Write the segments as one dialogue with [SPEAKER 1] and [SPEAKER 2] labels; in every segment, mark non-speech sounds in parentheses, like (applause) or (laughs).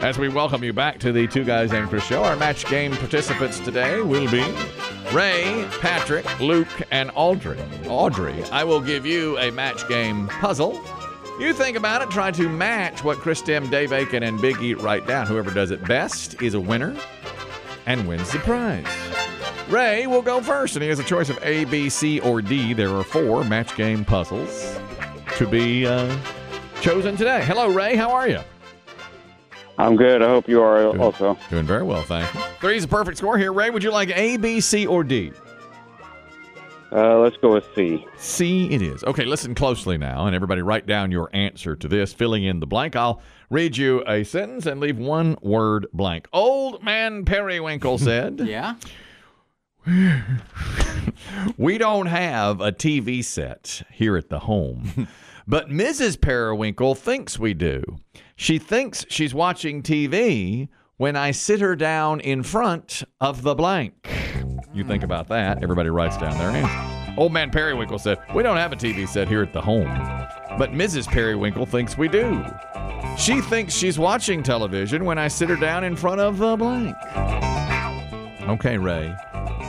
[SPEAKER 1] As we welcome you back to the Two Guys Named Chris show, our match game participants today will be Ray, Patrick, Luke, and Audrey. Audrey, I will give you a match game puzzle. You think about it, try to match what Chris Dem, Dave Aiken, and Big Eat write down. Whoever does it best is a winner and wins the prize. Ray will go first, and he has a choice of A, B, C, or D. There are four match game puzzles to be uh, chosen today. Hello, Ray. How are you?
[SPEAKER 2] I'm good. I hope you are doing, also.
[SPEAKER 1] Doing very well, thank you. Three's a perfect score here. Ray, would you like A, B, C, or D?
[SPEAKER 2] Uh, let's go with C.
[SPEAKER 1] C it is. Okay, listen closely now, and everybody write down your answer to this, filling in the blank. I'll read you a sentence and leave one word blank. Old man Periwinkle said.
[SPEAKER 3] yeah.
[SPEAKER 1] we don't have a TV set here at the home. But Mrs. Periwinkle thinks we do. She thinks she's watching TV when I sit her down in front of the blank. You think about that. Everybody writes down their answer. Old man Periwinkle said, We don't have a TV set here at the home. But Mrs. Periwinkle thinks we do. She thinks she's watching television when I sit her down in front of the blank. Okay, Ray.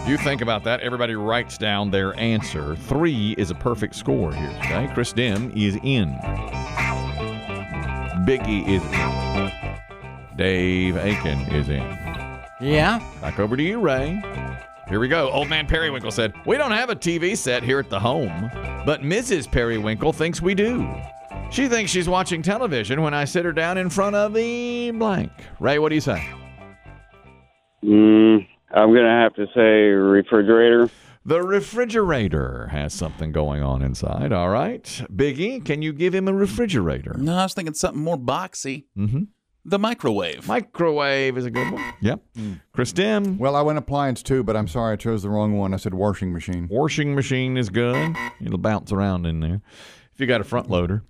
[SPEAKER 1] You think about that. Everybody writes down their answer. Three is a perfect score here today. Chris Dim is in. Biggie is in. Dave Aiken is in.
[SPEAKER 3] Yeah.
[SPEAKER 1] Back over to you, Ray. Here we go. Old man Periwinkle said, We don't have a TV set here at the home, but Mrs. Periwinkle thinks we do. She thinks she's watching television when I sit her down in front of the blank. Ray, what do you say?
[SPEAKER 2] Mm, I'm going to have to say refrigerator.
[SPEAKER 1] The refrigerator has something going on inside. All right. Biggie, can you give him a refrigerator?
[SPEAKER 3] No, I was thinking something more boxy.
[SPEAKER 1] Mm-hmm.
[SPEAKER 3] The microwave.
[SPEAKER 1] Microwave is a good one. Yep. Mm. Chris Dim.
[SPEAKER 4] Well, I went appliance too, but I'm sorry I chose the wrong one. I said washing machine.
[SPEAKER 1] Washing machine is good. It'll bounce around in there if you got a front loader.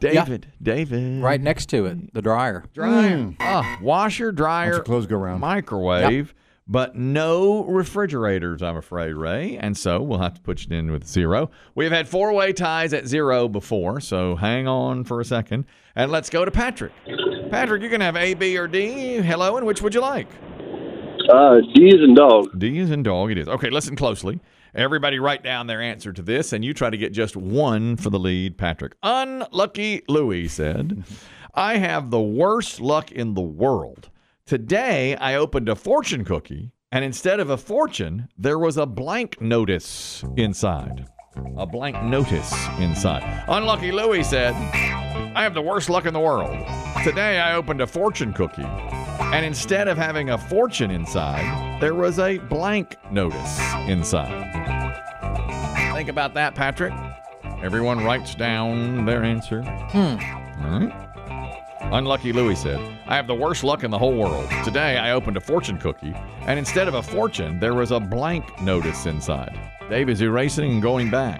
[SPEAKER 1] David, yeah. David.
[SPEAKER 3] Right next to it, the dryer.
[SPEAKER 1] Dryer. Mm. Ah, washer, dryer,
[SPEAKER 4] Hmm. clothes go around.
[SPEAKER 1] microwave. Yep but no refrigerators, I'm afraid, Ray. And so we'll have to put you in with zero. We've had four way ties at zero before, so hang on for a second. And let's go to Patrick. Patrick, you can have A, B, or D. Hello, and which would you like?
[SPEAKER 5] Uh, D is in dog.
[SPEAKER 1] D is in dog, it is. Okay, listen closely. Everybody write down their answer to this, and you try to get just one for the lead, Patrick. Unlucky Louie said, I have the worst luck in the world. Today, I opened a fortune cookie, and instead of a fortune, there was a blank notice inside. A blank notice inside. Unlucky Louie said, I have the worst luck in the world. Today, I opened a fortune cookie, and instead of having a fortune inside, there was a blank notice inside. Think about that, Patrick. Everyone writes down their answer.
[SPEAKER 3] Hmm.
[SPEAKER 1] All right. Unlucky Louie said, I have the worst luck in the whole world. Today I opened a fortune cookie, and instead of a fortune, there was a blank notice inside. Dave is erasing and going back.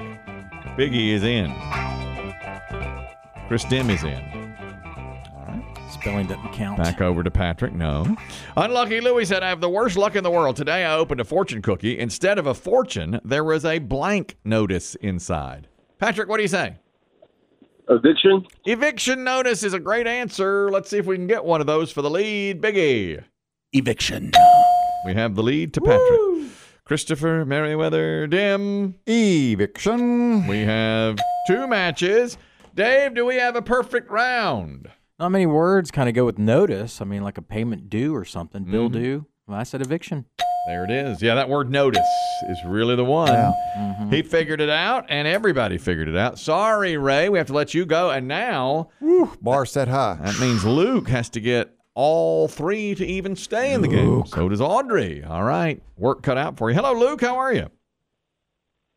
[SPEAKER 1] Biggie is in. Chris Dim is in. All right.
[SPEAKER 3] Spelling doesn't count.
[SPEAKER 1] Back over to Patrick. No. Unlucky Louie said, I have the worst luck in the world. Today I opened a fortune cookie. Instead of a fortune, there was a blank notice inside. Patrick, what do you say?
[SPEAKER 5] Eviction?
[SPEAKER 1] Eviction notice is a great answer. Let's see if we can get one of those for the lead. Biggie.
[SPEAKER 3] Eviction.
[SPEAKER 1] We have the lead to Patrick. Woo! Christopher Merriweather Dim.
[SPEAKER 4] Eviction.
[SPEAKER 1] We have two matches. Dave, do we have a perfect round?
[SPEAKER 3] Not many words kind of go with notice. I mean, like a payment due or something, bill mm-hmm. due. Well, I said eviction.
[SPEAKER 1] There it is. Yeah, that word notice is really the one. Yeah. Mm-hmm. He figured it out, and everybody figured it out. Sorry, Ray, we have to let you go. And now,
[SPEAKER 4] Woo, bar set high.
[SPEAKER 1] That means (sighs) Luke has to get all three to even stay in the Luke. game. So does Audrey. All right, work cut out for you. Hello, Luke. How are you?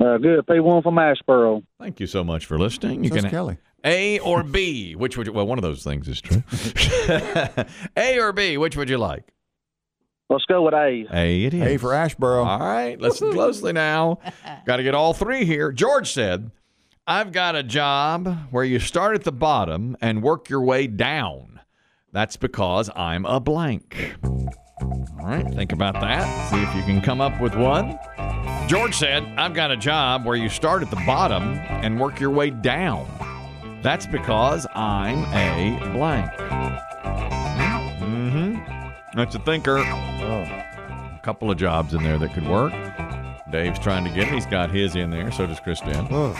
[SPEAKER 6] Uh, good. P1 from Ashboro.
[SPEAKER 1] Thank you so much for listening. You
[SPEAKER 4] so can Kelly.
[SPEAKER 1] A or B, which would you, well, one of those things is (laughs) true. A or B, which would you like?
[SPEAKER 6] Let's go with A.
[SPEAKER 1] A it is.
[SPEAKER 4] Hey, for Ashboro.
[SPEAKER 1] All right, listen closely now. Got to get all three here. George said, I've got a job where you start at the bottom and work your way down. That's because I'm a blank. All right, think about that. See if you can come up with one. George said, I've got a job where you start at the bottom and work your way down. That's because I'm a blank. Mm-hmm. That's a thinker couple of jobs in there that could work. Dave's trying to get it. He's got his in there. So does Kristen.
[SPEAKER 4] Ugh.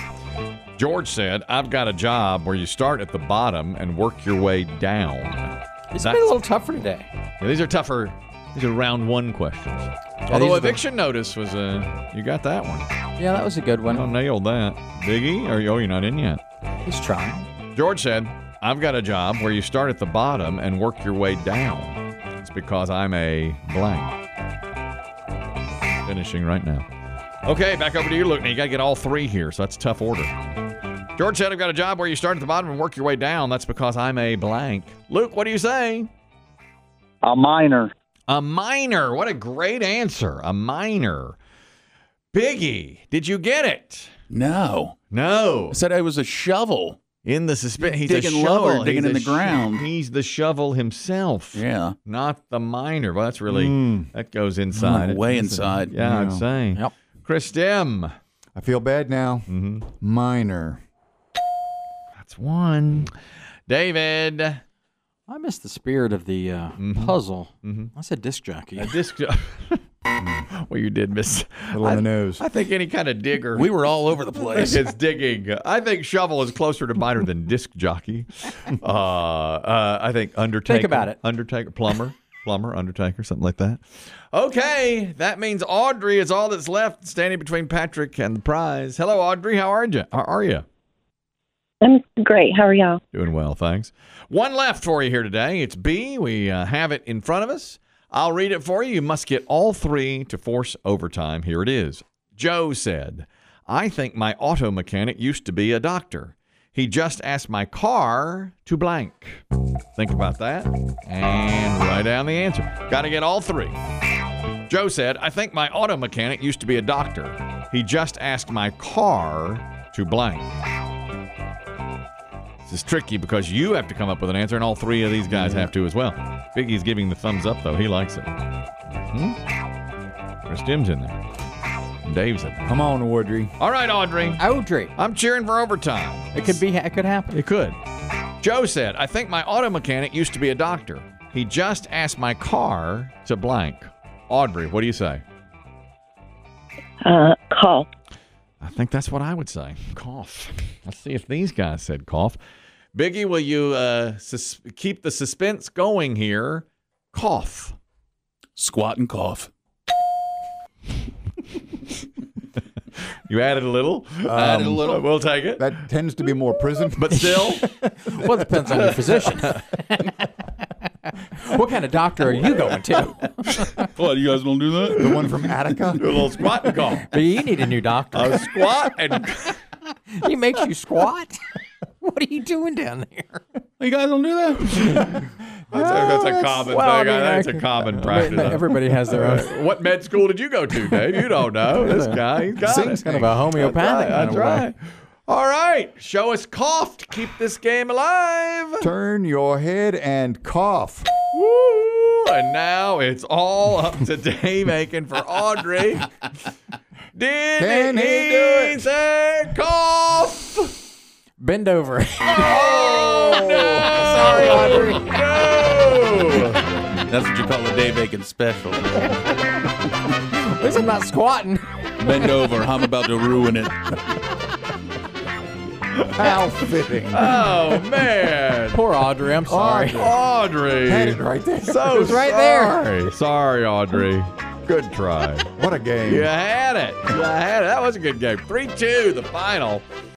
[SPEAKER 1] George said, I've got a job where you start at the bottom and work your way down.
[SPEAKER 3] It's been a
[SPEAKER 1] That's-
[SPEAKER 3] little tougher today.
[SPEAKER 1] Now, these are tougher. These are round one questions.
[SPEAKER 3] these
[SPEAKER 1] Although
[SPEAKER 3] are the-
[SPEAKER 1] eviction notice was uh, you got that one.
[SPEAKER 3] Yeah, that was a good
[SPEAKER 1] I
[SPEAKER 3] one.
[SPEAKER 1] nailed that. Biggie, are you, oh, you're not in yet.
[SPEAKER 3] Oh, He's trying.
[SPEAKER 1] George said, I've got a job where you start at the bottom and work your way down. It's because I'm a blank. Finishing right now. Okay, back over to you, Luke. Now, You got to get all three here, so that's a tough order. George said, I've got a job where you start at the bottom and work your way down. That's because I'm a blank. Luke, what do you say?
[SPEAKER 6] A minor.
[SPEAKER 1] A minor. What a great answer. A minor. Biggie, did you get it?
[SPEAKER 7] No.
[SPEAKER 1] No.
[SPEAKER 7] I said I was a shovel.
[SPEAKER 1] In the suspense, he's a
[SPEAKER 7] Digging
[SPEAKER 1] shovel.
[SPEAKER 7] lower, digging
[SPEAKER 1] He's
[SPEAKER 7] in
[SPEAKER 1] a
[SPEAKER 7] the ground.
[SPEAKER 1] he's the shovel himself.
[SPEAKER 7] Yeah.
[SPEAKER 1] Not the miner. Well, that's really that goes inside.
[SPEAKER 7] I'm way
[SPEAKER 1] That's a-
[SPEAKER 7] inside.
[SPEAKER 1] yeah, I'm saying.
[SPEAKER 3] Yep.
[SPEAKER 1] Chris Dem. Mm-hmm.
[SPEAKER 4] I feel bad now. Minor.
[SPEAKER 1] That's one. David. A
[SPEAKER 3] I missed the spirit of the uh, puzzle. I said disc jockey.
[SPEAKER 1] disc. (laughs) well, you did miss.
[SPEAKER 4] Little on the nose.
[SPEAKER 1] I think any kind of digger.
[SPEAKER 7] We were all over the place.
[SPEAKER 1] is digging. I think shovel is closer to miner than disc jockey. Uh, uh, I think undertaker.
[SPEAKER 3] about it.
[SPEAKER 1] Undertaker, plumber, plumber, undertaker, something like that. Okay, that means Audrey is all that's left, standing between Patrick and the prize. Hello, Audrey. How are you? How are you?
[SPEAKER 8] I'm great. How are y'all?
[SPEAKER 1] Doing well, thanks. One left for you here today. It's B. We uh, have it in front of us. I'll read it for you. You must get all three to force overtime. Here it is. Joe said, I think my auto mechanic used to be a doctor. He just asked my car to blank. Think about that and write down the answer. Got to get all three. Joe said, I think my auto mechanic used to be a doctor. He just asked my car to blank. This is tricky because you have to come up with an answer, and all three of these guys have to as well. Biggie's giving the thumbs up, though. He likes it. Hmm? Chris Dim's in there. And Dave's in there.
[SPEAKER 4] Come on, Audrey.
[SPEAKER 1] All right, Audrey.
[SPEAKER 3] Audrey.
[SPEAKER 1] I'm cheering for overtime.
[SPEAKER 3] It could be. It could happen.
[SPEAKER 1] It could. Joe said, I think my auto mechanic used to be a doctor. He just asked my car to blank. Audrey, what do you say?
[SPEAKER 8] Uh, call.
[SPEAKER 1] I think that's what I would say. Cough. Let's see if these guys said cough. Biggie, will you uh, sus- keep the suspense going here? Cough.
[SPEAKER 7] Squat and cough.
[SPEAKER 1] You added a little. added a little. We'll take it.
[SPEAKER 4] That tends to be more prison.
[SPEAKER 1] but still,
[SPEAKER 3] Well, it depends on your (laughs) physician. what kind of doctor are you going to?
[SPEAKER 7] What, you guys won't do
[SPEAKER 4] the
[SPEAKER 7] that?
[SPEAKER 4] one from Attica.
[SPEAKER 1] do a (laughs) little squat and cough.
[SPEAKER 3] But you need a new doctor.
[SPEAKER 1] A squat
[SPEAKER 3] (laughs)
[SPEAKER 1] and
[SPEAKER 3] He makes you squat. (laughs) What are you doing down there?
[SPEAKER 7] You guys don't do that?
[SPEAKER 1] that's, a, that's a common
[SPEAKER 3] well, I
[SPEAKER 1] thing. I
[SPEAKER 3] mean, I
[SPEAKER 1] that's a
[SPEAKER 3] can-
[SPEAKER 1] common practice.
[SPEAKER 3] Everybody has their own.
[SPEAKER 1] what med school did you go to, Dave? You don't know.
[SPEAKER 3] (laughs)
[SPEAKER 1] This guy, he's (laughs) got it.
[SPEAKER 3] Kind of a homeopathic.
[SPEAKER 1] That's
[SPEAKER 3] kind of way.
[SPEAKER 1] right. All right, show us cough to keep this game alive.
[SPEAKER 4] Turn your head and cough.
[SPEAKER 1] Woo! And now it's all up to Dave Aiken for Audrey. Did
[SPEAKER 4] Can
[SPEAKER 1] he,
[SPEAKER 4] he do it?
[SPEAKER 1] say cough?
[SPEAKER 3] Bend over. (laughs)
[SPEAKER 1] Oh, no. Sorry, Audrey. No.
[SPEAKER 7] That's what you call a Dave Bacon special.
[SPEAKER 3] At least I'm not squatting.
[SPEAKER 7] Bend over. I'm about to ruin it.
[SPEAKER 4] How fitting.
[SPEAKER 1] Oh, man.
[SPEAKER 3] Poor Audrey. I'm sorry.
[SPEAKER 1] Audrey.
[SPEAKER 4] Had it right there.
[SPEAKER 1] So
[SPEAKER 3] It was right there.
[SPEAKER 1] sorry. there. Sorry, Audrey. Good try.
[SPEAKER 4] What a game.
[SPEAKER 1] You had it. You had it. That was a good game. 3 2, the final.